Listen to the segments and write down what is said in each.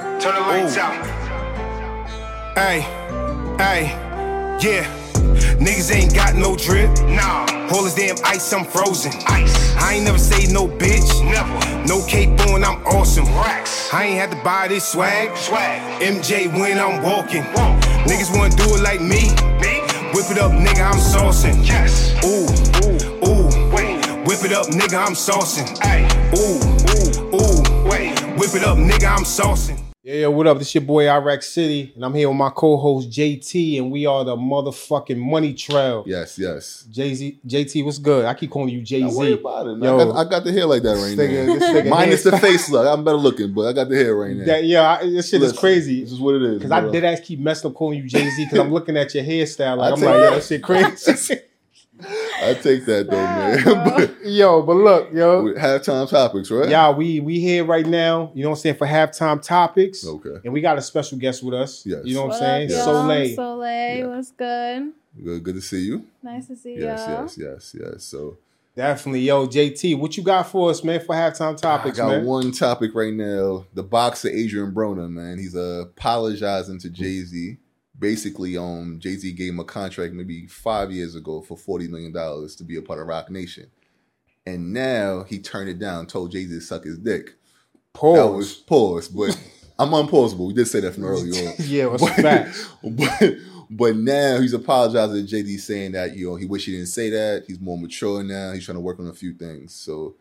Turn the lights Ooh. out. Hey, hey, yeah. Niggas ain't got no drip. Nah, Hold this damn ice, I'm frozen. ice, I ain't never say no bitch. never, No cape on, I'm awesome. racks, I ain't had to buy this swag. swag, MJ when I'm walking. Walk. Niggas wanna do it like me. me, Whip it up, nigga, I'm saucing. yes, Ooh, ooh, wait, Whip it up, nigga, I'm saucing. hey, Ooh, ooh, wait. Whip it up, nigga, I'm saucing. Yeah, yo, what up? This your boy Iraq City, and I'm here with my co-host JT, and we are the motherfucking money trail. Yes, yes. Jay Z, JT, what's good? I keep calling you Jay Don't worry Z. about it. Yo. I, got, I got the hair like that right This nigga- now. this nigga Minus hair- the face look. I'm better looking, but I got the hair right now. That, yeah, I, this shit is Listen, crazy. This is what it is. Cause I bro. did ask keep messing up calling you Jay Z because I'm looking at your hairstyle. Like, I I'm tell like, you- yo, that shit crazy. I take that though, man. yo, but look, but yo, with halftime topics, right? y'all, we we here right now. You know what I'm saying for halftime topics, Okay. and we got a special guest with us. Yes. You know what, I'm What saying? up, y'all? Soleil. Soleil, Yeah. what's good? Good, good to see you. Nice to see Yes, y'all. yes, yes, yes. So Definitely, yo, JT, what you got for us, man? For halftime topics, I got man. one topic right now. The boxer Adrian Broner, man, he's uh, apologizing to Jay Z. Basically, um, Jay Z gave him a contract maybe five years ago for forty million dollars to be a part of Rock Nation, and now he turned it down. Told Jay Z to suck his dick. That Pause. was pause, but I'm unpausable. We did say that from earlier on. yeah, what's But- facts? but but now he's apologizing to JD saying that you know he wish he didn't say that. He's more mature now. He's trying to work on a few things. So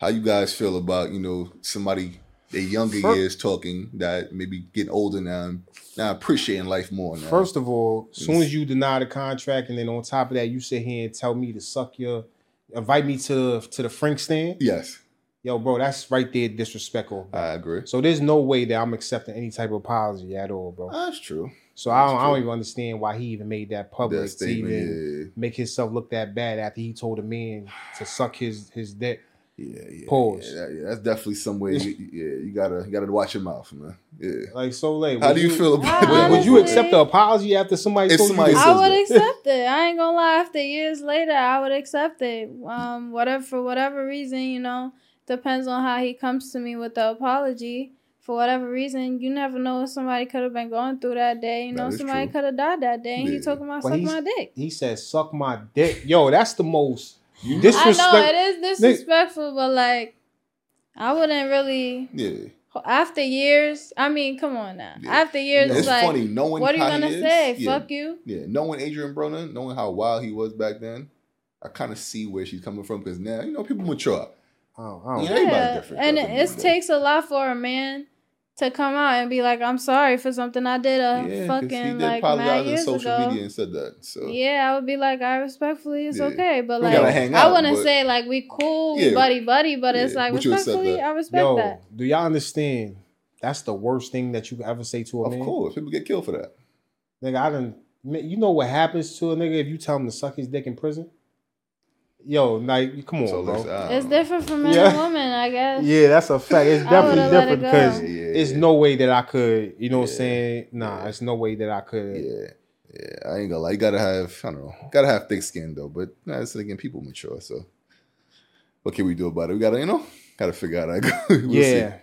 how you guys feel about you know somebody their younger Fir- years talking that maybe getting older now and now appreciating life more now? First of all, as soon as you deny the contract, and then on top of that, you sit here and tell me to suck your, invite me to to the Frank stand, yes, yo, bro, that's right there disrespectful. I agree. So there's no way that I'm accepting any type of apology at all, bro. That's true. So I don't, that's I don't true. even understand why he even made that public That to even statement. make himself look that bad after he told a man to suck his his dick. Yeah, yeah. yeah Pause. Yeah, that- yeah, that's definitely some way. You, yeah, you gotta you gotta watch your mouth, man. Yeah. Like so late. How do you feel about I Would, that? would you Honestly- accept the apology after somebody If told somebody you? to- said- I says would that. accept it. I ain't gonna lie. After years later, I would accept it. Um, whatever for whatever reason, you know, depends on how he comes to me with the apology. For whatever reason, you never know what somebody could have been going through that day. You That know, is somebody true. could have died that day, and Yeah. he talking about Well, suck he's- my dick. He said, "Suck my dick." Yo, that's the most You- I disrespect. know it is disrespectful, but like, I wouldn't really. Yeah. After years, I mean, come on now. Yeah. After years, It's it's like, funny. Knowing what are you how he gonna is, say? yeah. Fuck you. Yeah, knowing Adrian Broner, knowing how wild he was back then, I kind of see where she's coming from because now you know people mature. Oh, I don't Yeah. know. Everybody Yeah, different and back in it the it's day. takes a lot for a man to come out and be like, "I'm sorry for something I did a yeah, 'cause he Uh, fucking did like apologize nine on years social ago." media and said that. So Yeah, I would be like, "I respectfully, it's Yeah. okay," but We gotta like, hang I out, wouldn't but- say like we cool, Yeah. we buddy buddy, but it's Yeah, like but you accept respectfully, that. I respect Yo, that. do y'all understand? That's the worst thing that you could ever say to a of man. course, people get killed for that. Nigga, I done. man, You know what happens to a nigga if you tell him to suck his dick in prison? Yo, like, come on, so bro. listen, I It's don't know. different for men Yeah. and women, I guess. Yeah, that's a fact. It's I definitely would've let it different go. because Yeah, yeah, it's yeah. no way that I could. You know what I'm Yeah. saying? Nah, it's no way that I could. Yeah, yeah. I ain't gonna lie. You gotta have I don't know. Gotta have thick skin though. But nah, it's again, people mature. So what can we do about it? We gotta you know gotta figure out how to go. We'll see. Yeah.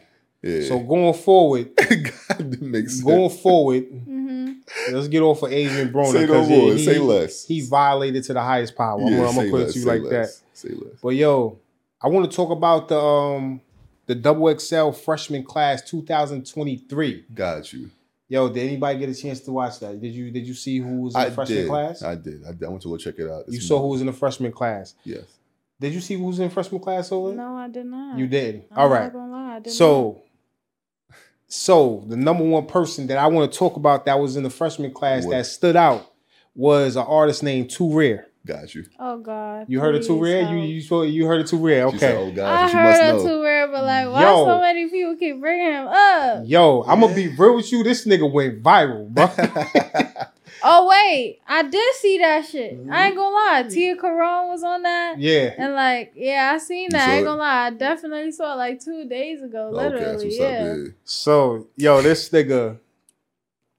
yeah. So going forward, God, makes going forward, Mm-hmm. let's get off of Adrian Broner. Say no 'cause more, He, say less. He violated to the highest power. I'm, gonna- I'm gonna put it to you like that. Say less. But yo, I want to talk about the um the double XL freshman class 2023. Got you. Yo, did anybody get a chance to watch that? Did you did you see who was in the freshman did. class? I did. I did. I went to go check it out. you saw who was in the freshman class. Yes. Did you see who was in freshman class, Olin? No, I did not. You did. I'm All not right. gonna lie, I did not. So so the number one person that I want to talk about that was in the freshman class What? that stood out was an artist named Too Rare. Got you. She oh god, You heard of Too please Rare? You help. you saw- you heard of Too Rare? Okay. said, "Oh I God, you must heard of know." Too Rare, but like, why Yo. so many people keep bringing him "Oh." up? Yo, I'm gonna be real with you. This nigga went viral, bro. Oh wait, I did see that shit. I ain't gonna lie, Mm-hmm. Tia Caron was on that, yeah, and like, yeah, I seen You that. I saw ain't it? gonna lie, I definitely saw it like two days ago, okay, that's literally. what's yeah. up. So, yo, this nigga,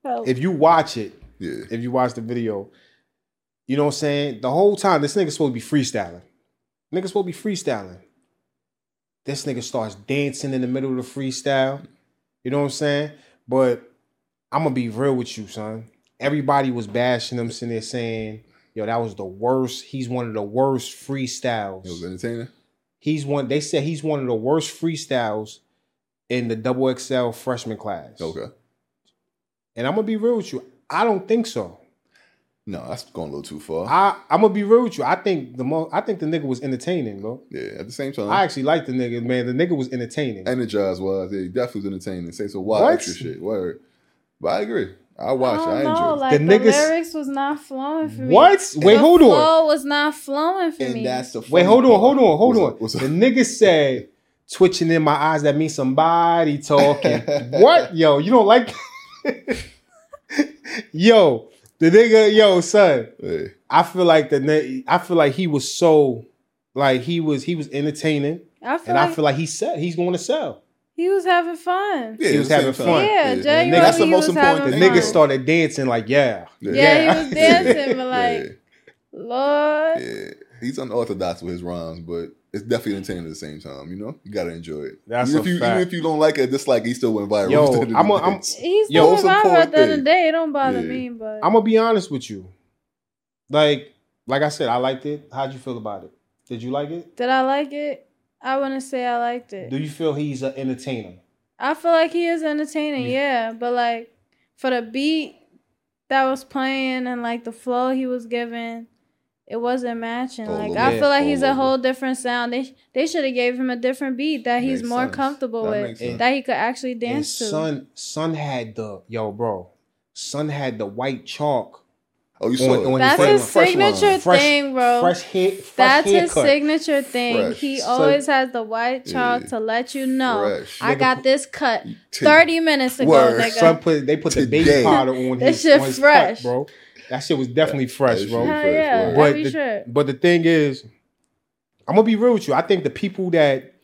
So, if you watch it, Yeah. yeah. if you watch the video, you know what I'm saying? The whole time, this nigga supposed to be freestyling. Nigga supposed to be freestyling. This nigga starts dancing in the middle of the freestyle. You know what I'm saying? But I'm gonna be real with you, son. Everybody was bashing him, sitting there saying, "Yo, that was the worst. He's one of the worst freestyles." It was entertaining. he's one. They said he's one of the worst freestyles in the double XL freshman class. Okay. And I'm gonna be real with you. I don't think so. No, that's going a little too far. I I'm gonna be real with you. I think the most. I think the nigga was entertaining, bro. yeah. At the same time, I actually like the nigga, man. The nigga was entertaining. energized was. It definitely was entertaining. Say some wild What? extra shit. Word. But I agree. I watched. I it. I, don't know. enjoyed. Like the, The niggas- lyrics was not flowing for me. What? Wait, the hold on. flow was not flowing for it. me. And that's the Wait, funny hold on, part. hold on, What's hold on. up, what's up? the nigga said, twitching in my eyes, that means somebody talking. what? Yo, you don't like Yo, the nigga, yo, son. Hey, I feel like the ni- I feel like he was so like he was he was entertaining. I feel And like I feel like he said he's going to sell. he was having fun. Yeah, He it was the same having time. fun. Yeah, Yeah. January, Nigga, that's the he most was important The having thing. nigga fun. started dancing like, yeah. Yeah. Yeah, he was Yeah. dancing, but like, Lord, Yeah, he's unorthodox with his rhymes, but it's definitely entertaining at the same time. You know, you gotta enjoy it. That's even a if you fact. even if you don't like it, dislike it, he still went viral. Yo, At the end of I'm a- the I'm- day. he's Yo, still most alive important at the end of thing. the day. It don't bother Yeah. me, but I'm gonna be honest with you. Like, like I said, I liked it. How'd you feel about it? Did you like it? did I like it? I wouldn't say I liked it. Do you feel he's an entertainer? I feel like he is entertaining, You- yeah. But like for the beat that was playing and like the flow he was giving, it wasn't matching. All like over. I feel like All he's a over. whole different sound. They they should have gave him a different beat that he's Makes more sense. comfortable That with, makes sense. that he could actually dance to. and Sun Sun had the yo, bro. Sun had the white chalk, Oh, you On- saw it. on That's Fresh- his fresh signature line. fresh, thing, bro. fresh hit, fresh That's his haircut. signature thing. Fresh. He So- always has the white chalk Yeah. to let you know Fresh. I Nigga got put- this cut Take- thirty minutes ago, Word. nigga. Sun put they put the baby Today. powder on That his, shit on his cut, fresh. bro. That shit was definitely fresh, shit bro. Hell first, yeah, right. But every the- shirt. But the thing is, I'm gonna be real with you. I think the people that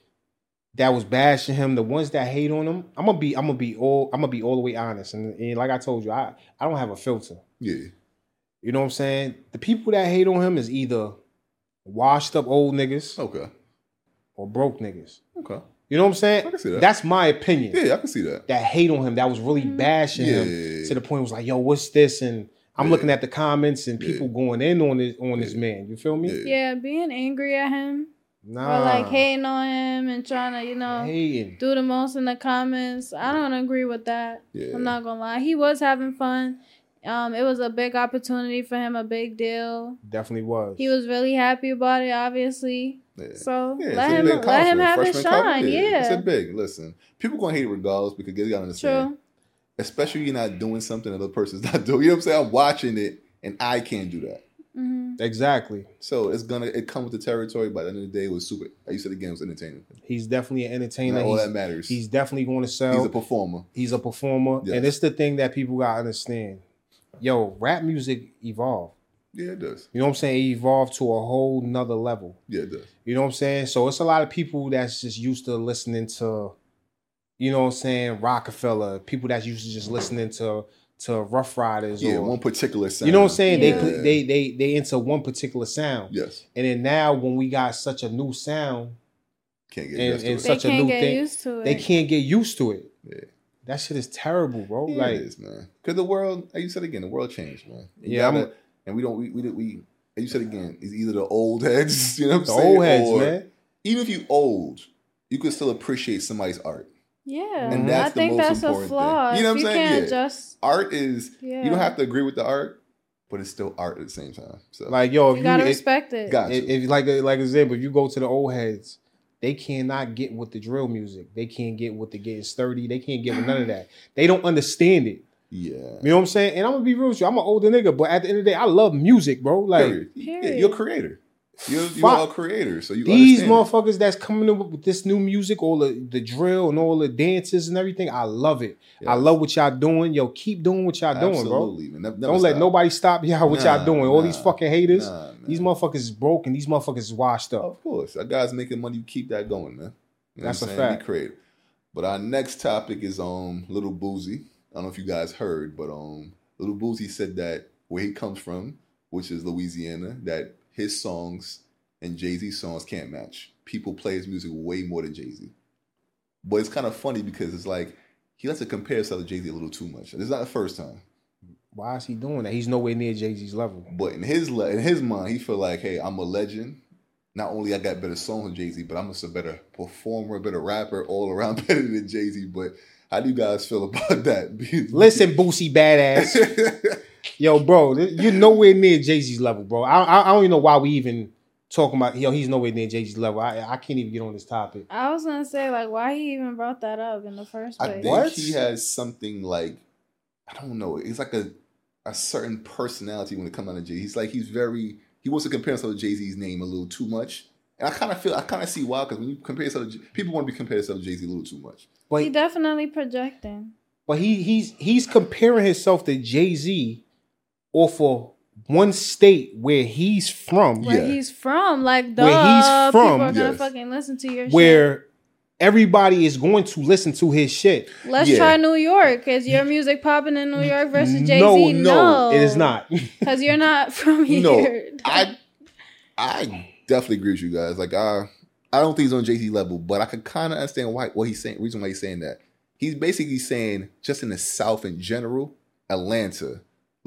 that was bashing him, the ones that hate on him, I'm gonna be, I'm gonna be all, I'm gonna be all the way honest. And, and like I told you, I I don't have a filter. Yeah, You know what I'm saying? The people that hate on him is either washed up old niggas okay, or broke niggas. okay. You know what I'm saying? I can see that. That's my opinion. Yeah, I can see that. That hate on him, that was really Mm-hmm. bashing Yeah, him to the point it was like, yo, what's this? And I'm Yeah. looking at the comments and Yeah. people going in on this on this man. You feel me? Yeah. Yeah, being angry at him Nah. or Ah. like hating on him and trying to, you know, Hating. do the most in the comments. I don't agree with that. yeah. I'm not gonna lie. He was having fun. Um, it was a big opportunity for him, a big deal. Definitely was. He was really happy about it, obviously. yeah. So Yeah, it's let a him big let him compliment. have his Freshman compliment. shine. it's a Yeah, big. Listen, people gonna hate it regardless because they gotta understand. true. Especially you're not doing something that other person's not doing. You know what I'm saying? I'm watching it and I can't do that. hmm Exactly. So it's gonna it come with the territory. But at the end of the day, it was super. Like you said the game was entertaining. He's definitely an entertainer. Not all that He's, matters. he's definitely going to sell. He's a performer. He's a performer, Yes. and it's the thing that people gotta understand. Yo, rap music evolved. Yeah, it does. You know what I'm saying? It evolved to a whole nother level. Yeah, it does. You know what I'm saying? So it's a lot of people that's just used to listening to, you know what I'm saying, Rockefeller. People that's used to just listening to to Rough Riders. Yeah, or, one particular sound. you know what I'm saying? Yeah. They they they they into one particular sound, Yes, and then now when we got such a new sound, can't get And- used to and it. They such a can't new get thing. used to it. they can't get used to it. Yeah. That shit is terrible, bro. Yeah, like it is, man. Because the world, like you said again, the world changed, man. You Yeah, I'm- gotta- and we don't. We we, we like you said again. It's either the old heads, you know, what the I'm saying, old heads, or man. Even if you old, you can still appreciate somebody's art. yeah, And I that's the think most that's a important thing. flaw. You know If what I'm you saying? can't Yeah. just Art is yeah. you don't have to agree with the art, but it's still art at the same time. So Like yo, if You you, gotta if- respect it. got if, you. if like like example, if you go to the old heads, they cannot get with the drill music. They can't get with the getting sturdy. They can't get with none of that. They don't understand it. yeah. You know what I'm saying? And I'm gonna be real with you. I'm an older nigga, but at the end of the day, I love music, bro. Like Period. Yeah, Period. you're a creator. You're, you're Fuck. a creator, so you these understand it. motherfuckers that's coming up with this new music, all the, the drill and all the dances and everything. I love it. I Yes. love what y'all doing. Yo, keep doing what y'all doing, bro. Absolutely, man. Never- never Don't let stop. nobody stop y'all what Nah, y'all doing. All these nah, fucking haters. Nah, man. These motherfuckers is broke and these motherfuckers is washed up. Of course. That guy's making money, you keep that going, man. You know That's what I'm a saying? Be fact. creative. But our next topic is um Little Boozy. I don't know if you guys heard, but um Little Boozy said that where he comes from, which is Louisiana, that his songs and Jay-Z's songs can't match. People play his music way more than Jay-Z. But it's kind of funny because it's like he likes to compare himself to Jay Z a little too much. It's not the first time, Why is he doing that? He's nowhere near Jay Z's level. but in his le- in his mind, he feel like, hey, I'm a legend. Not only I got better songs than Jay Z, but I'm just a better performer, better rapper, all around better than Jay Z. But how do you guys feel about that? Listen, Boosie badass, yo, bro, th- you're nowhere near Jay Z's level, bro. I, I I don't even know why we even talking about yo. He's nowhere near Jay Z's level. I I can't even get on this topic. I was gonna say like why he even brought that up in the first I place. think What? he has something like I don't know. It's like a a certain personality when it comes out of Jay. He's like he's very he wants to compare himself to Jay Z's name a little too much. And I kind of feel I kind of see why because when you compare yourself, to, J- people want to be compared yourself to Jay Z a little too much. he But definitely projecting. but he he's he's comparing himself to Jay Z off of one state where he's from, Where Yeah. he's from, like duh, Where he's from, people are gonna yes. fucking listen to your shit. where everybody is going to listen to his shit. Let's Yeah. try New York. Is your music popping in New York versus Jay No, Z? no, it is not. Because you're not from here. No, I I definitely agree with you guys. Like I I don't think he's on Jay Z level, but I could kind of understand why what he's saying. Reason why he's saying that he's basically saying just in the South in general, Atlanta,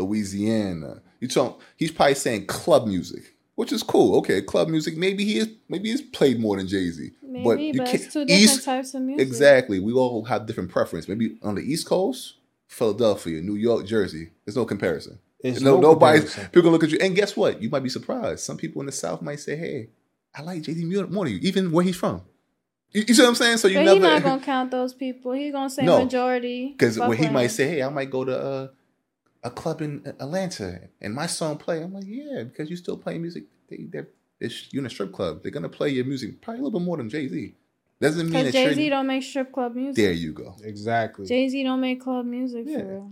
Louisiana. You talk. He's probably saying club music, which is cool. Okay, club music. Maybe he is. Maybe he's played more than Jay Z. Maybe, but, it's two different East, types of music. Exactly. We all have different preference. Maybe on the East Coast, Philadelphia, New York, Jersey. There's no comparison. There's no, no nobody's comparison. people gonna look at you. And guess what? You might be surprised. Some people in the South might say, "Hey, I like Jay Z more than you, even where he's from." You, you see what I'm saying? So you But he not never gonna count those people. He gonna say No. majority. because Fuck when he with him. might say, "Hey, I might go to uh, a club in Atlanta and my song play," I'm like, "Yeah," because you still play music. They, they're it's, you're in a strip club. They're gonna play your music probably a little bit more than Jay Z. Doesn't mean Because that Jay Z you're, don't make strip club music. there. You go. Exactly. Jay Z don't make club music Yeah. for real.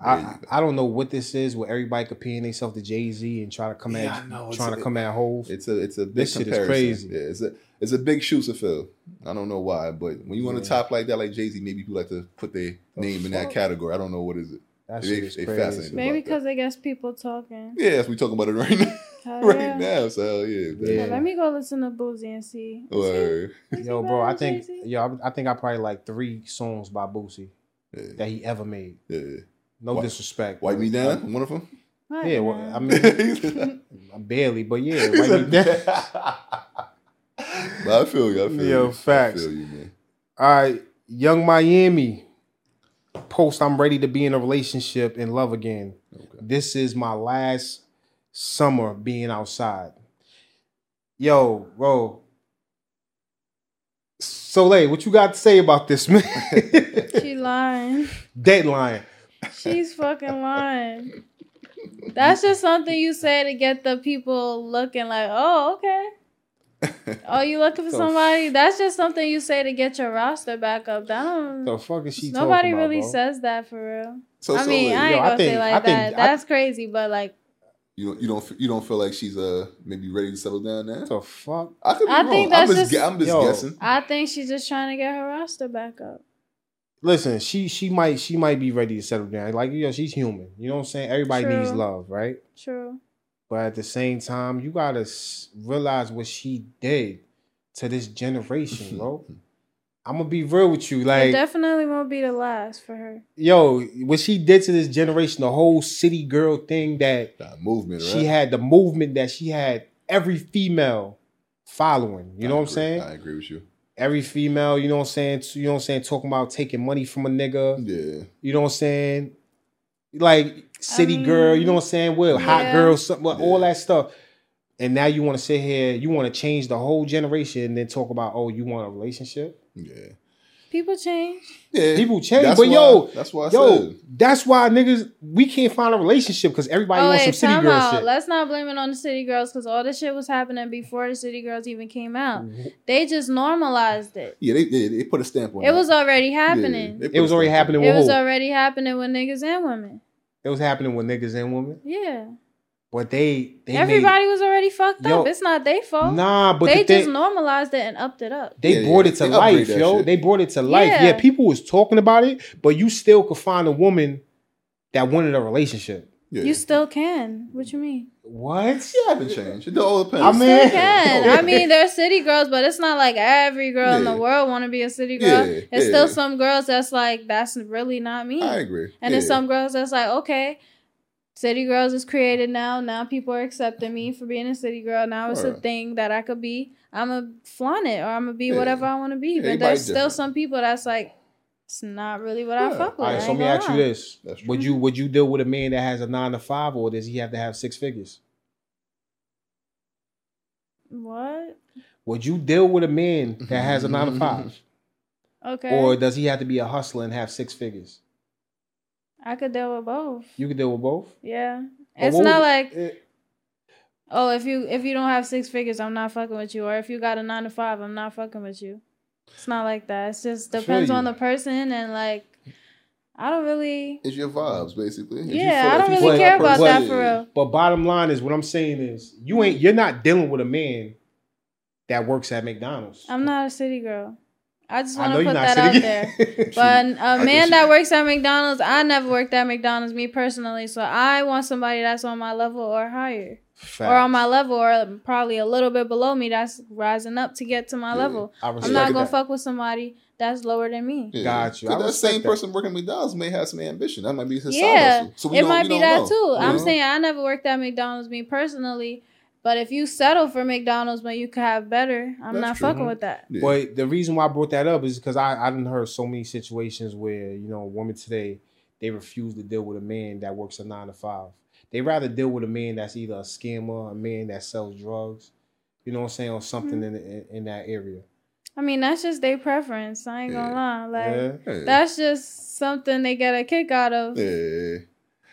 I, There you I I don't know what this is where everybody comparing themselves to Jay Z and try to come Yeah, I at know. It's trying to a- come at Hove. It's a it's a big This shit is comparison. crazy. Yeah, it's a it's a big shoes to fill. I don't know why, but when you on the Yeah. top like that, like Jay Z, maybe people like to put their name in that fuck? category. I don't know what is it. That they- shit is they crazy. fascinated. Man, Maybe like that. because I guess people talking. Yeah, that's we talking about it right now. Hell right yeah. now. So hell yeah. Yeah, Yeah. let me go listen to Boozy and see. That- word. Is he Yo, bro, better I than think Jay-Z? yo, I, I think I probably like three songs by Boosie Yeah, that he ever made. yeah. No Wi- disrespect. Wipe me down. One of them. What Yeah, well, now? I mean, Wipe barely, but yeah, wipe me down. I feel you. I feel Yo, you. facts. I feel you, man. All right, Young Miami. Post, I'm ready to be in a relationship and love again. Okay. This is my last summer being outside. Yo, bro. Soleil, what you got to say about this, man? she lying. Deadline. She's fucking lying. That's just something you say to get the people looking like, oh, okay. Oh, you looking for The somebody? That's just something you say to get your roster back up. That don't. The fuck is she Nobody talking about, really bro? says that for real. So, I so mean, like, I ain't Yo, I gonna think- say I like think- that. I- That's crazy, but like, you don't you don't f- you don't feel like she's uh maybe ready to settle down now. The fuck? I could be I wrong. think I'm that's just, just- gu- I'm just Yo. guessing. I think she's just trying to get her roster back up. Listen, she she might she might be ready to settle down. Like you know, she's human. You know what I'm saying? Everybody True. needs love, right? True. But at the same time, you gotta s- realize what she did to this generation, bro. I'm gonna be real with you, it like definitely won't be the last for her. yo, what she did to this generation, the whole city girl thing that That movement, right? she had, the movement that she had, every female following. You know I agree. what I'm saying? I agree with you. Every female, you know what I'm saying? You know what I'm saying? Talking about taking money from a nigga. Yeah. You know what I'm saying? Like city girl, you know what I'm saying? Well, hot Um, yeah. girl, something, well, all Yeah. that stuff. And now you want to sit here, you want to change the whole generation, and then talk about, oh, you want a relationship? Yeah. People change. Yeah. People change, That's but why- yo, Oh, that's why I yo, said. that's why niggas we can't find a relationship because everybody oh wants some wait, city time girl out. shit. Let's not blame it on the city girls because all this shit was happening before the city girls even came out. They just normalized it. Yeah, they, they, they put a stamp on It was Yeah, already they happening. put It was a already stamp on happening it with was who? already happening with niggas and women. it was happening with niggas and women, Yeah, but they they made- everybody was already fucked Yo, up. It's not their fault. nah, but they the thing, just normalized it and upped it up. They Yeah, brought yeah. it to They upgrade life, that yo. shit. They brought it to life. Yeah. Yeah, people was talking about it, but you still could find a woman that wanted a relationship. Yeah. You still can. What you mean? What? yeah, I haven't changed. It all Oh, depends. I You mean- still Man. can. I mean, there are city girls, but it's not like every girl in the Yeah. world want to be a city girl. Yeah, It's yeah. still some girls that's like, that's really not me. I agree. And yeah. then some girls that's like, okay, City Girls is created now. Now people are accepting me for being a City Girl. Now it's a Right. thing that I could be. I'm going to flaunt it or I'm going to be Yeah. whatever I want to be. But everybody there's still different. some people that's like, it's not really what I Yeah. fuck with. All I right, so ain't let me gonna ask you lie. this: That's true. Would you would you deal with a man that has a nine to five, or does he have to have six figures? What? Would you deal with a man that has a nine to five, Okay. or does he have to be a hustler and have six figures? I could deal with both. You could deal with both. Yeah. But It's what not would- like eh, oh if you if you don't have six figures I'm not fucking with you or if you got a nine to five I'm not fucking with you. It's not like that. It's just I feel depends on you. the person and like I don't really It's your vibes, basically. If you Yeah, I feel- don't if you really feel care about that person- for real. But bottom line is what I'm saying is you ain't you're not dealing with a man that works at McDonald's. I'm not a city girl. I just I want know to you're put not that out sitting- there. But a man guess that you- works at McDonald's, I never worked at McDonald's, me personally. So I want somebody that's on my level or higher, Facts. or on my level, or probably a little bit below me. That's rising up to get to my Yeah. level. I I'm not respect gonna that. fuck with somebody that's lower than me. Yeah. Got you. I But that respect same that. person working McDonald's may have some ambition. That might be his Yeah, side hustle. So we it don't- might we be don't that know. too. You I'm know? saying I never worked at McDonald's, me personally. But if you settle for McDonald's when you could have better, I'm That's not true. fucking with that. Yeah. But the reason why I brought that up is because I I done heard so many situations where you know women today they refuse to deal with a man that works a nine to five. They rather deal with a man that's either a scammer, a man that sells drugs, you know what I'm saying, or something Mm-hmm. in, in in that area. I mean, that's just their preference. I ain't gonna lie. Like yeah. Yeah. that's just something they get a kick out of. Yeah.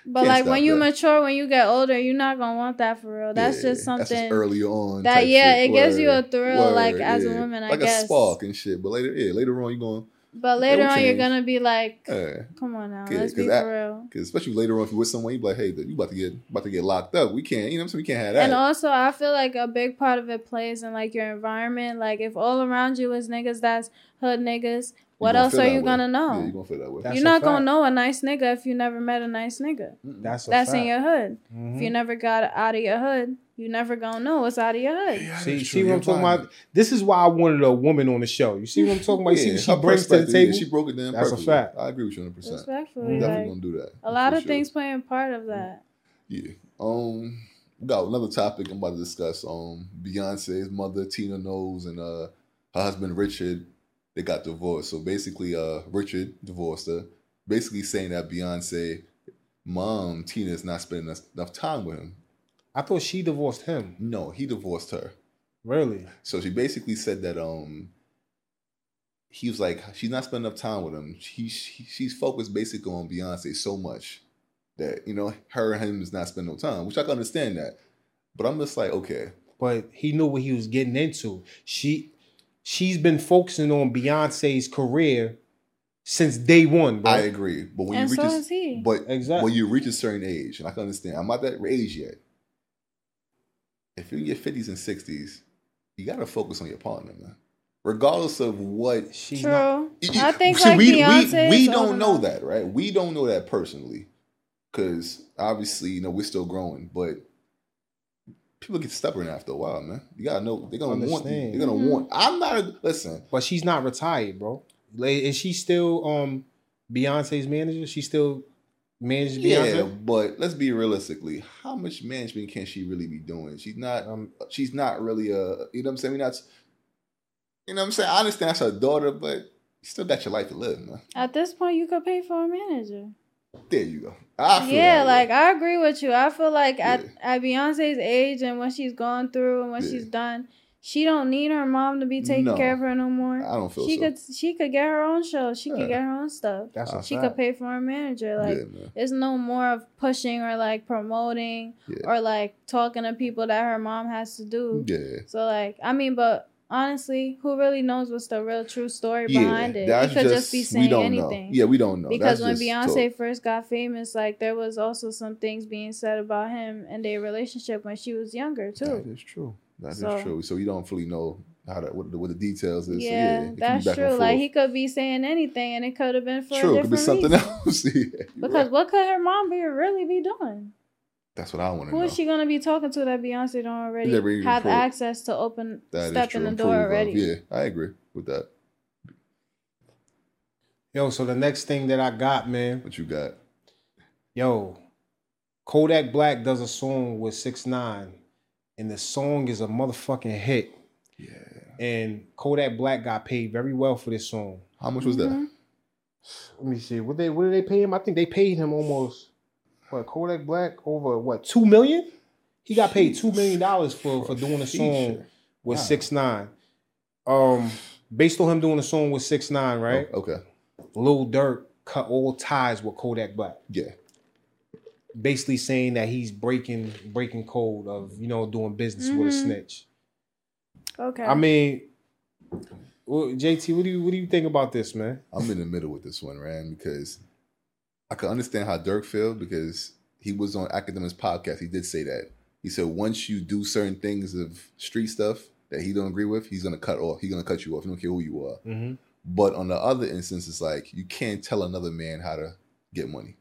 But Can't like stop when you that. mature, when you get older, you're not gonna want that for real. That's Yeah, just something. just early on. that- type yeah, shit. it gives you a Word, thrill, word, like, as a yeah. woman, I like guess. a spark and shit. But later, yeah, later on, you going, but later It'll on, you're change. gonna be like, eh. come on now, Yeah, let's 'cause be I- for real. Cause especially later on, if you with someone, you be like, "Hey, dude, you about to get about to get locked up. We can't, you know, what I'm saying we can't have that." And also, I feel like a big part of it plays in like your environment. Like if all around you is niggas that's hood niggas, what gonna else feel are that you way. gonna know? yeah, you gonna feel that way. That's you're a not gonna fact. know a nice nigga if you never met a nice nigga. That's a that's fact. in your hood. Mhm. If Mm-hmm. you never got out of your hood, you never gonna know what's out of your hood. Yeah, See, that's see true. what I'm You're talking fine. about? This is why I wanted a woman on the show. You see what I'm talking about? You see Yeah, what she her brings to the perspective, yeah, table? she broke it down. That's a perfectly. fact. I agree with you 100. percent Respectfully, Definitely like gonna do that. a lot for of sure. things playing part of that. Yeah. Um. we Got another topic I'm about to discuss. Um. Beyonce's mother, Tina Knowles, and uh, her husband Richard, they got divorced. So basically, uh, Richard divorced her, basically saying that Beyonce, mom, Tina is not spending enough- enough time with him. I thought she divorced him. No, he divorced her. Really? So she basically said that um he was like she's not spending enough time with him. She, she she's focused basically on Beyonce so much that you know her and him is not spending no time, which I can understand that. But I'm just like okay, But he knew what he was getting into. She she's been focusing on Beyonce's career since day one, bro. I agree. But when and you so reach is he. a, but Exactly. when you reach a certain age, and I can understand, I'm not that age yet. If you're in your 50s and 60s, you gotta focus on your partner, man. Regardless of what She's True. not I think See, like we, we, Beyonce. we is don't old know enough. that, right? We don't know that personally, because obviously, you know, we're still growing. But people get stubborn after a while, man. You gotta know they're gonna want. Understand. They're gonna Mhm. want. I'm not. A, listen, but she's not retired, bro. Like, is she still um Beyonce's manager? She still manages yeah, Beyonce? but let's be realistically. How much management can she really be doing? She's not. Um, She's not really a. You know what I'm saying? We're not. You know what I'm saying? I understand that's her daughter, but you still got your life to live, man. At this point, you could pay for a manager. There you go. I feel Yeah, that way. like I agree with you. I feel like at, Yeah. at Beyonce's age and what she's gone through and what Yeah. she's done, she don't need her mom to be taking No. care of her no more. I don't feel she so. could she could get her own show. She Yeah. could get her own stuff. that's a She fact. could pay for a manager. Like yeah, man. it's no more of pushing or like promoting Yeah. or like talking to people that her mom has to do. Yeah. So like, I mean, but honestly, who really knows what's the real true story behind it? that's It could just, be saying anything. Know. Yeah, we don't know. Because That's when just Beyonce talk. first got famous, like there was also some things being said about him and their relationship when she was younger that too. is true. That is So- true. So you don't fully know how that what the, what the details is. So, yeah, it can be that's back and true. Like forth. he could be saying anything, and it could have been for true, a it could be different something reason. else. yeah, you're Because right. what could her mom be really be doing? That's what I want to Who know. is she gonna be talking to that Beyonce don't already That really have pro- access to open That is step in true. the I'm door proof of- already? Yeah, I agree with that. Yo, so the next thing that I got, man, What you got? yo, Kodak Black does a song with Six Nine, and the song is a motherfucking hit. Yeah. And Kodak Black got paid very well for this song. How much was that? Mhm. Let me see. What they what did they pay him? I think they paid him almost what Kodak Black over what two million? He got paid two million dollars for, for doing a song feature. with Wow. Six Nine. Um, based on him doing a song with Six Nine, right? Oh, okay. Lil Durk cut all ties with Kodak Black, Yeah. basically saying that he's breaking breaking code of you know doing business with a Mhm. snitch. Okay. I mean, well, JT, what do you what do you think about this, man? I'm in the middle with this one, Rand, because I can understand how Dirk felt because he was on Academics podcast. He did say that. He said once you do certain things of street stuff that he don't agree with, he's gonna cut off. He's gonna cut you off. He don't care who you are. Mm-hmm. But on the other instance, it's like you can't tell another man how to get money.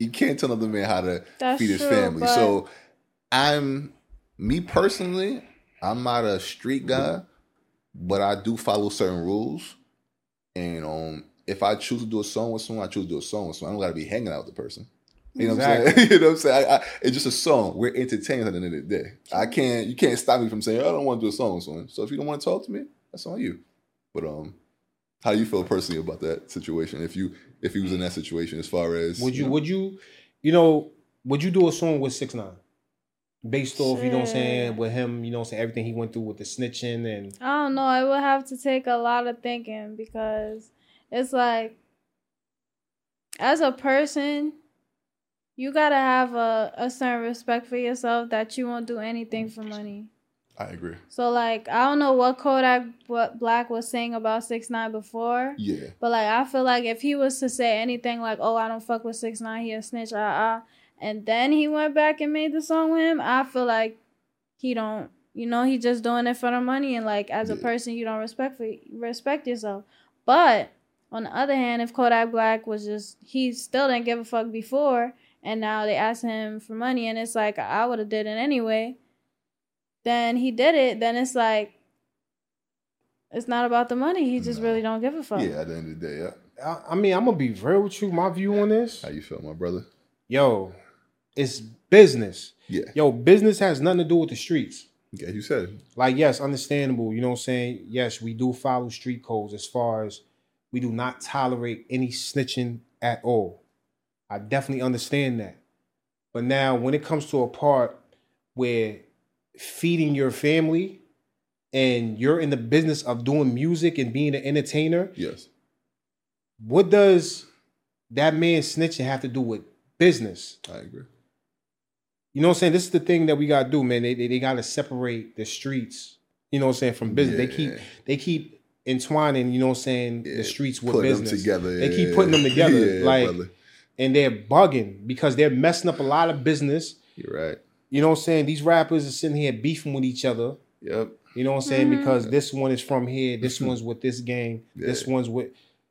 You can't tell another man how to That's feed his true, family. but- So I'm me personally, I'm not a street guy, but I do follow certain rules. And um if I choose to do a song with someone, I choose to do a song with someone. I don't gotta be hanging out with the person. You know what I'm saying? you know what I'm saying? I, I, it's just a song. We're entertained at the end of the day. I can't you can't stop me from saying, "Oh, I don't want to do a song with someone. So if you don't want to talk to me, that's on you. But um how do you feel personally about that situation? If you if you was in that situation as far as Would you? Would you? You know? Would you do a song with Six Nine? Based off, you know what I'm saying, Shit. with him, you know what I'm saying, everything he went through with the snitching and I don't know. It would have to take a lot of thinking because it's like, as a person, you gotta have a, a certain respect for yourself that you won't do anything for money. I agree. So like, I don't know what Kodak what Black was saying about Six Nine before, Yeah. but like, I feel like if he was to say anything like, "Oh, I don't fuck with Six Nine, he a snitch," ah ah, and then he went back and made the song with him, I feel like he don't you know he just doing it for the money and like as a Yeah. person you don't respect for respect yourself but on the other hand if kodak black was just he still didn't give a fuck before and now they ask him for money and it's like i would have did it anyway then he did it then it's like it's not about the money he just No. really don't give a fuck Yeah, at the end of the day, yeah. I, I mean, I'm gonna be real with you. My view on this, How you feel, my brother? yo, it's business. Yeah. Yo, business has nothing to do with the streets. Yeah, you said it. Like, yes, understandable. You know what I'm saying? Yes, we do follow street codes as far as we do not tolerate any snitching at all. I definitely understand that. But now, when it comes to a part where feeding your family and you're in the business of doing music and being an entertainer, Yes. what does that man snitching have to do with business? I agree. You know what I'm saying? This is the thing that we gotta do, man. They they, they gotta separate the streets, you know what I'm saying, from business. They keep Yeah. they keep entwining, you know what I'm saying, Yeah, the streets with Putting business. them together. They yeah, keep putting them together, Yeah, like- brother. And they're bugging because they're messing up a lot of business. You're right. You know what I'm saying? These rappers are sitting here beefing with each other. Yep. You know what I'm saying? Mhm. Because this one is from here, this one's with this gang, this Yeah. one's with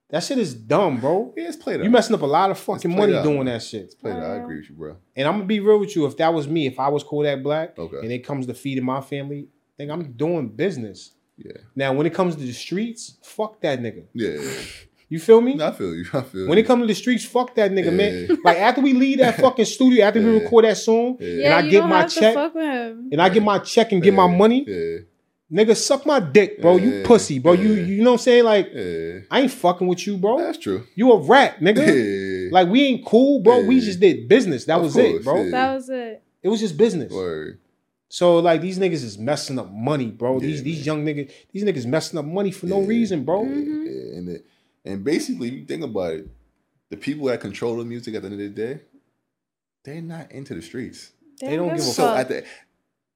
that shit is dumb, bro. Yeah, it's played out. You messing up a lot of fucking played money out, doing man. that shit. It's played out. I agree with you, bro. And I'm gonna be real with you. If that was me, if I was Kodak Black, Okay. and it comes to feeding my family, I think I'm doing business. Yeah. Now, when it comes to the streets, fuck that nigga. Yeah. yeah, yeah. You feel me? No, I feel you. I feel When you. it comes to the streets, fuck that nigga, Yeah. man. Like after we leave that fucking studio, after we Yeah. record that song, Yeah. yeah I you get don't my have check. to fuck with him and I get my check and get my Yeah. money, Yeah. nigga, suck my dick, bro. You Yeah. pussy, bro. You Yeah. you know what I'm saying? Like Yeah. I ain't fucking with you, bro. That's true. You a rat, nigga. Yeah. Like we ain't cool, bro. We Yeah. just did business. That Of was course, it, bro. yeah. that was it It was just business. Word. So like these niggas is messing up money, bro. Yeah, these these man. young niggas, these niggas messing up money for no Yeah, reason, bro. Mm-hmm. Yeah, Mhm. yeah. And it, and basically, you think about it, the people that control the music at the end of the day, they're not into the streets. they, don't give a So fuck. at the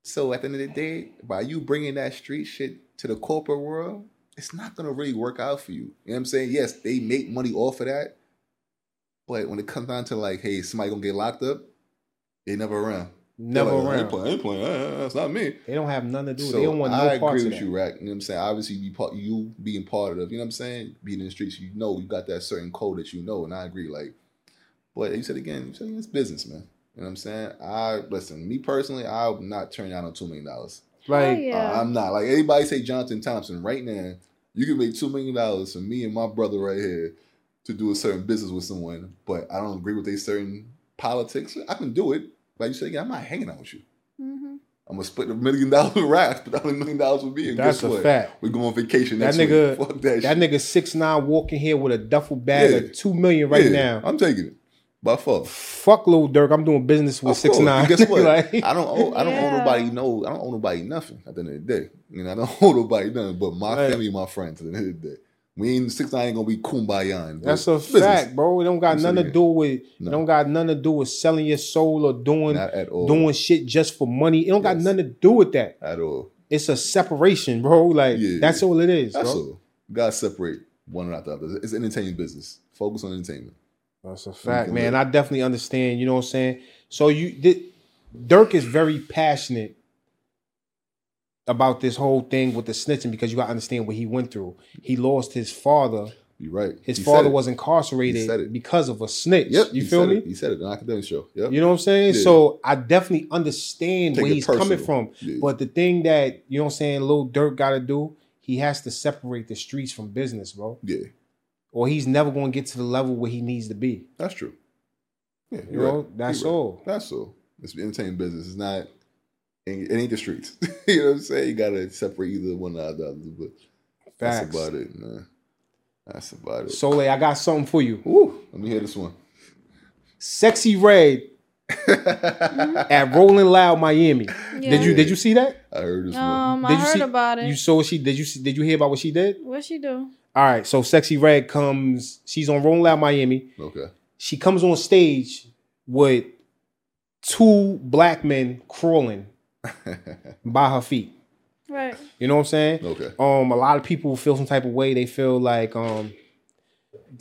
so at the end of the day, by you bringing that street shit to the corporate world, it's not gonna really work out for you. You know what I'm saying? Yes, they make money off of that, but when it comes down to like, hey, somebody gonna get locked up, they never around. They're Never like, I ain't around. playing, I ain't playing. Uh, uh, It's not me. They don't have nothing to do. with So it. they don't want no I parts agree of with that. you, Rack. You know what I'm saying? Obviously, you be part, you being part of, you know what I'm saying? Being in the streets, you know, you got that certain code that you know, and I agree. Like, but you said again, you said again, it's business, man. You know what I'm saying? I listen, me personally, I'll not turn down on two million dollars. Like, Hell yeah. Uh, I'm not like anybody say Jonathan Thompson right now. You can make two million dollars for me and my brother right here to do a certain business with someone, but I don't agree with a certain politics. I can do it. Like you said, yeah, I'm not hanging out with you. hmm I'm gonna split a million dollars with Ryan, split out a million dollars with me, and that's guess a what? fact. We're going on vacation That next nigga- week. Fuck that, That shit. nigga six nine walking here with a duffel bag Yeah. of two million right Yeah, now. I'm taking it. By far. Fuck Lil Durk, I'm doing business with Of six course. nine. And Guess what? Like- I don't owe I don't owe Yeah. nobody no I don't owe nobody nothing at the end of the day. You know, I don't owe nobody nothing but my Right. family and my friends at the end of the day. We ain't six nine ain't gonna be kumbaya. and That's a business. fact, bro. It don't got I'm nothing to saying. do with it No. don't got nothing to do with selling your soul or doing Not at all. doing shit just for money. It don't got Yes. nothing to do with that. at all. It's a separation, bro. Like Yeah. that's all it is, That's bro. all. You gotta separate one not the other. It's entertainment business. Focus on entertainment. That's a fact, can man. I definitely understand. You know what I'm saying. So you, did, Dirk is very passionate about this whole thing with the snitching because you got to understand what he went through. He lost his father. You're right. His He said father it. was He said incarcerated it. because of a snitch. Yep, you he feel said me? It. He said it in an academic show. Yep. You know what I'm saying? Yeah. So I definitely understand Take where it he's coming personal. from. Yeah. But the thing that you know what I'm saying, Lil Dirk gotta do, he has to separate the streets from business, bro. yeah, Or he's never gonna get to the level where he needs to be. that's true. Yeah, You you're know, right. that's You're right. all. That's all. It's entertainment business. It's not. It ain't the streets. you know what I'm saying? You gotta separate either one or the other. But that's Facts. about it, man. That's about it. Soleil, I got something for you. Woo, let me hear this one. Sexy Red at Rolling Loud Miami. Yeah. Did you did you see that? I heard this one. Um, I Did you heard see- about it. You saw what she did you see, did you hear about what she did? what she do? All right, so Sexy Red comes, she's on Rolling Loud Miami. Okay. she comes on stage with two black men crawling by her feet. Right. You know what I'm saying? Okay. Um, a lot of people feel some type of way. They feel like um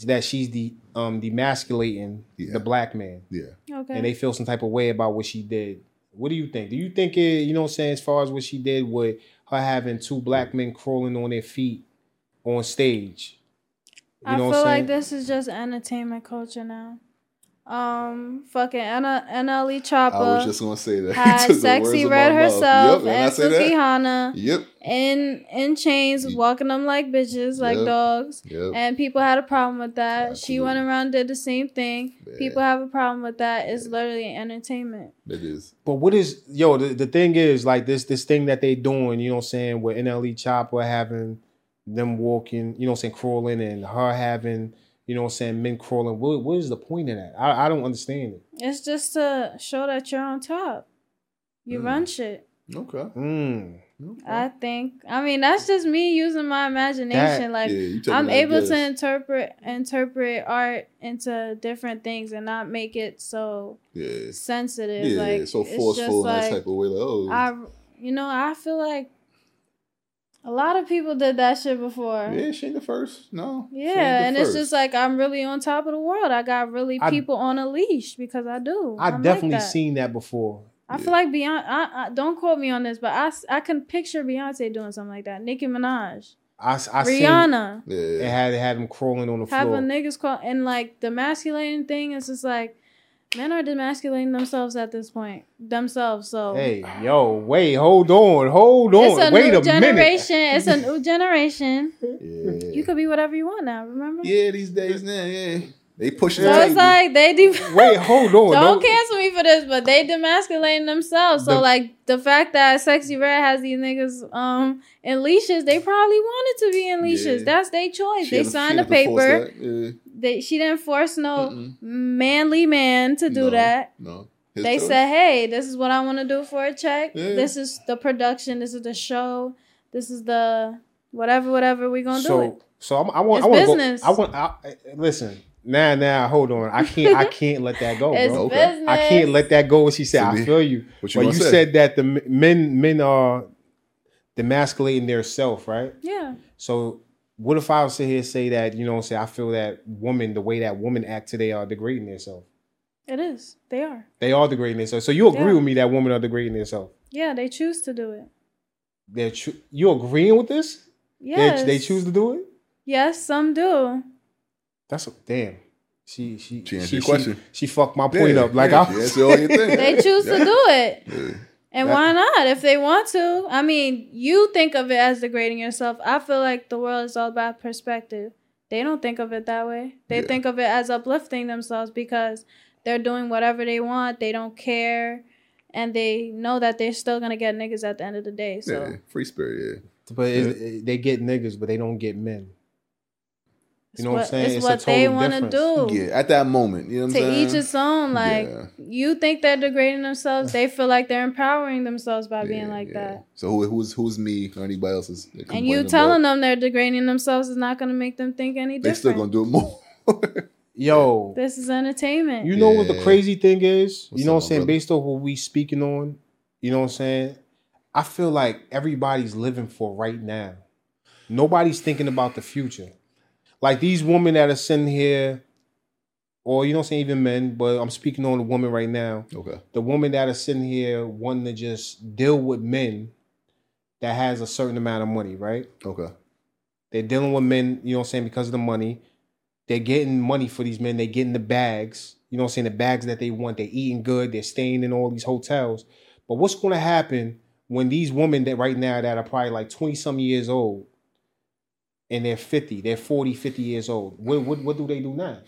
that she's the um demasculating Yeah. the black man, Yeah. Okay. and they feel some type of way about what she did. What do you think? Do you think it? You know what I'm saying? As far as what she did with her having two black men crawling on their feet on stage. I feel like this is just entertainment culture now. Um, fucking N- NLE Chopper I was just gonna say that. You had took the words sexy of red my mouth. herself Yep, and I and say Suki that. Hana Yep. in in chains, Ye- walking them like bitches, like Yep. dogs. Yep. And people had a problem with that. She went Absolutely. around did the same thing. Yeah. People have a problem with that. It's literally entertainment. it is. But what is yo, the, the thing is like this this thing that they doing, you know what I'm saying, with NLE Chopper having them walking, you know what I'm saying, crawling and her having, you know what I'm saying, men crawling. What what is the point of that? I, I don't understand it. It's just to show that you're on top. You Mm. run shit. Okay. Mm. okay. I think. I mean, that's just me using my imagination. like Yeah, you took I'm it like able this. to interpret interpret art into different things and not make it so Yeah. sensitive. Yeah. like so it's just forceful in that like type of way. Like, oh. I, you know, I feel like a lot of people did that shit before. Yeah. Yeah, she ain't the first. No. she ain't the and it's first. just like I'm really on top of the world. I got really I- people on a leash because I do. I I'm like definitely that. seen that before. I feel like Beyonce. I, I, don't quote me on this, but I, s- I can picture Beyonce doing something like that. Nicki Minaj, I, s- I seen Rihanna, it yeah. had it had them crawling on the having floor. niggas call and like the masculating thing is just like men are demasculating themselves at this point themselves. So Hey, yo, wait, hold on, hold on, it's a wait new a minute. generation. It's a new generation. Yeah. You could be whatever you want now. Remember? Yeah, these days now, yeah. They pushing So the it's table. like they de- Wait, hold on. don't Oh, Don't, cancel me for this, but they demasculating themselves. So The- like the fact that sexy red has these niggas um in leashes, they probably wanted to be in leashes. Yeah. That's their choice. She they haven't- signed she the haven't forced paper. that, yeah. They she didn't force no Mm-mm. manly man to do No, that. No. His They choice. said, "Hey, this is what I want to do for a check. Yeah. This is the production. This is the show. This is the whatever, whatever we gonna so, do it." So I'm, I want. It's I want business. Go, I want. I, I- listen. Nah, nah. Hold on. I can't. I can't let that go, It's oh, bro. Okay. business. I can't let that go. She said, So "I we- feel you." What you but you gonna say? said that the m- men men are demasculating their self, right? Yeah. So what if I was sit here and say that you know, what I'm saying I feel that woman, the way that women act today, are degrading themselves. It is. They are. They are degrading themselves. So you agree Yeah. with me that women are degrading themselves? Yeah, they choose to do it. They're tr- you agreeing with this? They- Yes. They, choose to do it. Yes, some do. That's a, damn. She she She answered she, your she, question. she fucked my point Yeah, up. Like yeah, I yeah, that's all you think. They choose to Yeah. do it. Yeah. And That- why not if they want to? I mean, you think of it as degrading yourself. I feel like the world is all about perspective. They don't think of it that way. They Yeah. think of it as uplifting themselves because they're doing whatever they want. They don't care. And they know that they're still going to get niggas at the end of the day. So Yeah, free spirit, but it, it- they get niggas, but they don't get men. it's know what I'm saying? It's, It's a what they total want to difference. yeah. do. Yeah, at that moment, you know what I'm to saying? each his own. Like, Yeah. you think they're degrading themselves. They feel like they're empowering themselves by being like that. So who, who's who's me or anybody else's? And you telling them they're degrading themselves is not going to make them think they any different. still gonna do it more. Yo, this is entertainment. you know what the Yeah. crazy thing is? What's you know up, what I'm my saying? brother? Based off what we speaking on, you know what I'm saying? I feel like everybody's living for right now. Nobody's thinking about the future. Like these women that are sitting here, or you know what I'm saying, even men, but I'm speaking on the woman right now. okay. the women that are sitting here wanting to just deal with men that has a certain amount of money, right? Okay. They're dealing with men, you know what I'm saying, because of the money. They're getting money for these men. They're getting the bags, you know what I'm saying, the bags that they want. They're eating good. They're staying in all these hotels. But what's going to happen when these women that right now that are probably like 20 some years old and they're 50, they're 40, 50 years old, what, what, what do they do now?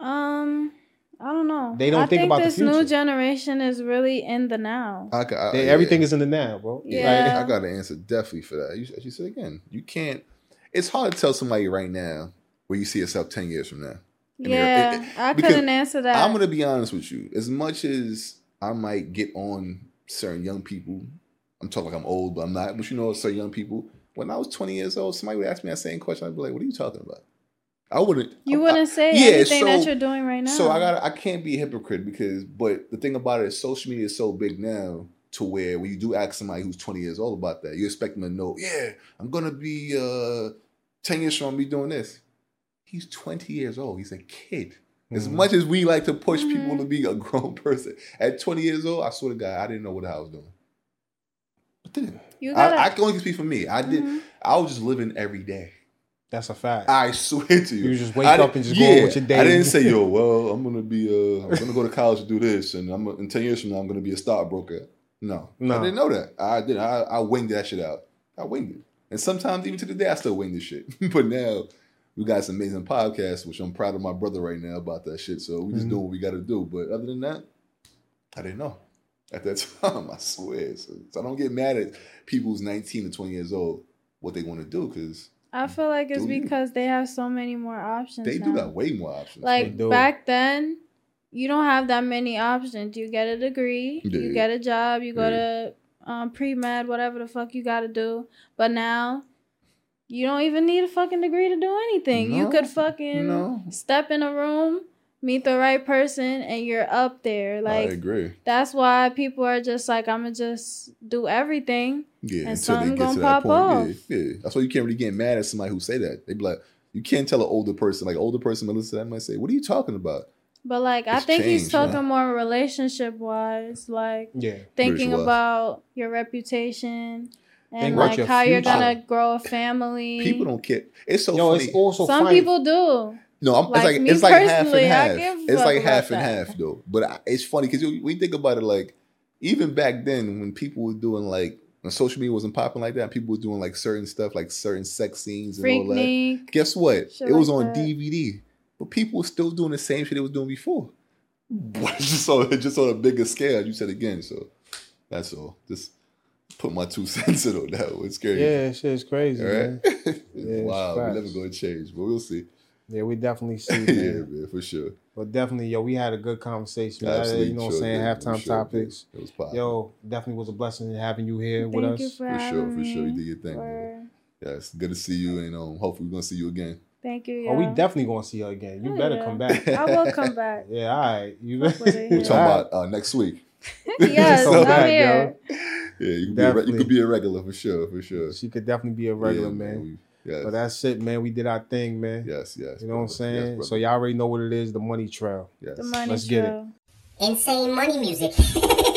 um, I don't know. They don't I think about the this new future. generation is really in the now. I, ca- I, They, yeah. Everything is in the now, bro. Yeah. Uh, I, I got an answer definitely for that. You, as you said again, you can't. It's hard to tell somebody right now where you see yourself ten years from now. mean, it- yeah, it- I because couldn't answer that. I'm gonna be honest with you. As much as I might get on certain young people, I'm talking like I'm old, but I'm not. But you know, certain young people. When I was 20 years old, somebody would ask me that same question. I'd be like, "What are you talking about?" I wouldn't. you I- wouldn't say uh, yeah, anything that so- you're doing right now. So I got I can't be a hypocrite because but the thing about it is social media is so big now to where when you do ask somebody who's 20 years old about that, you expect them to know, yeah, I'm gonna be uh 10 years from be doing this. He's 20 years old, he's a kid. As Mhm. much as we like to push people Mhm. to be a grown person, at 20 years old, I swear to God, I didn't know what I was doing. But then, You gotta. I, I can only speak for me. I did. Mhm. I was just living every day. That's a fact. I swear to you. You just wake I di- up and just go on with your day. I didn't say, yo, well, I'm gonna be, uh, I'm gonna go to college to do this, and I'm in ten years from now, I'm gonna be a stockbroker. No, No. I didn't know that. I did. I, I winged that shit out. I winged it, and sometimes even to the day, I still wing this shit. but now we got some amazing podcasts, which I'm proud of my brother right now about that shit. So we just Mhm. doing what we got to do. But other than that, I didn't know at that time. I swear. So, so I don't get mad at people who's 19 to 20 years old what they want to do because I feel like it's Do you? because they have so many more options. they now. do got way more options. like do. back then you don't have that many options you get a degree Yeah. you get a job you go to um, pre-med whatever the fuck you gotta do but now you don't even need a fucking degree to do anything you No, could fucking no. step in a room meet the right person and you're up there I like agree. that's why people are just like i'ma just do everything Yeah, And until they get something to gonna that pop point. off. Yeah, yeah. That's why you can't really get mad at somebody who say that. They be like, you can't tell an older person, like older person that listen to that might say, What are you talking about? but like i It's think he's changed, yeah. talking more relationship wise like yeah. thinking Rituals. about your reputation and Think about like your how you're future. gonna grow a family. People don't care. It's so Yo, funny. it's also Some funny. people do. no, I'm, like it's like me it's like half personally, and I half. give a It's fuck like about half and that. half though. But I, it's funny because we think about it like even back then when people were doing like when social media wasn't popping like that, people were doing like certain stuff like certain sex scenes and all that. Freaknik. Guess what? Shit it was like on that. DVD, but people were still doing the same shit they was doing before, but just on just on a bigger scale. You said again, so that's all. Just put my two cents in on that. one. It's scary. Yeah, shit is crazy, All man. right. it's wow, facts. we're never going to change, but we'll see. Yeah, we definitely see, yeah, man. man, for sure. But definitely, yo, we had a good conversation. Absolutely, you know what sure, I'm saying? dude. Halftime For sure, dude. topics. It was pop. Yo, definitely was a blessing having you here Thank with you us. for for, having sure, for sure. You me, did your thing. man. for- Yeah, it's good to see you, and um, hopefully we're gonna see you again. Thank you. Oh, we y'all. definitely gonna see you again. You Oh, better yeah. come back. I will come back. Yeah, all right. You Hopefully, We're Yeah. talking about uh, next week. yes, So I'm bad, here. Yeah, you could, be a, re- you Definitely. could be a regular for sure, for sure. She could definitely be a regular Yeah, man. we- Yes. But that's it, man. We did our thing, man. Yes, yes. You know what brother. I'm Yes, saying? brother. so y'all already know what it is, the money trail. yes. The money Let's get it. show. Insane money music.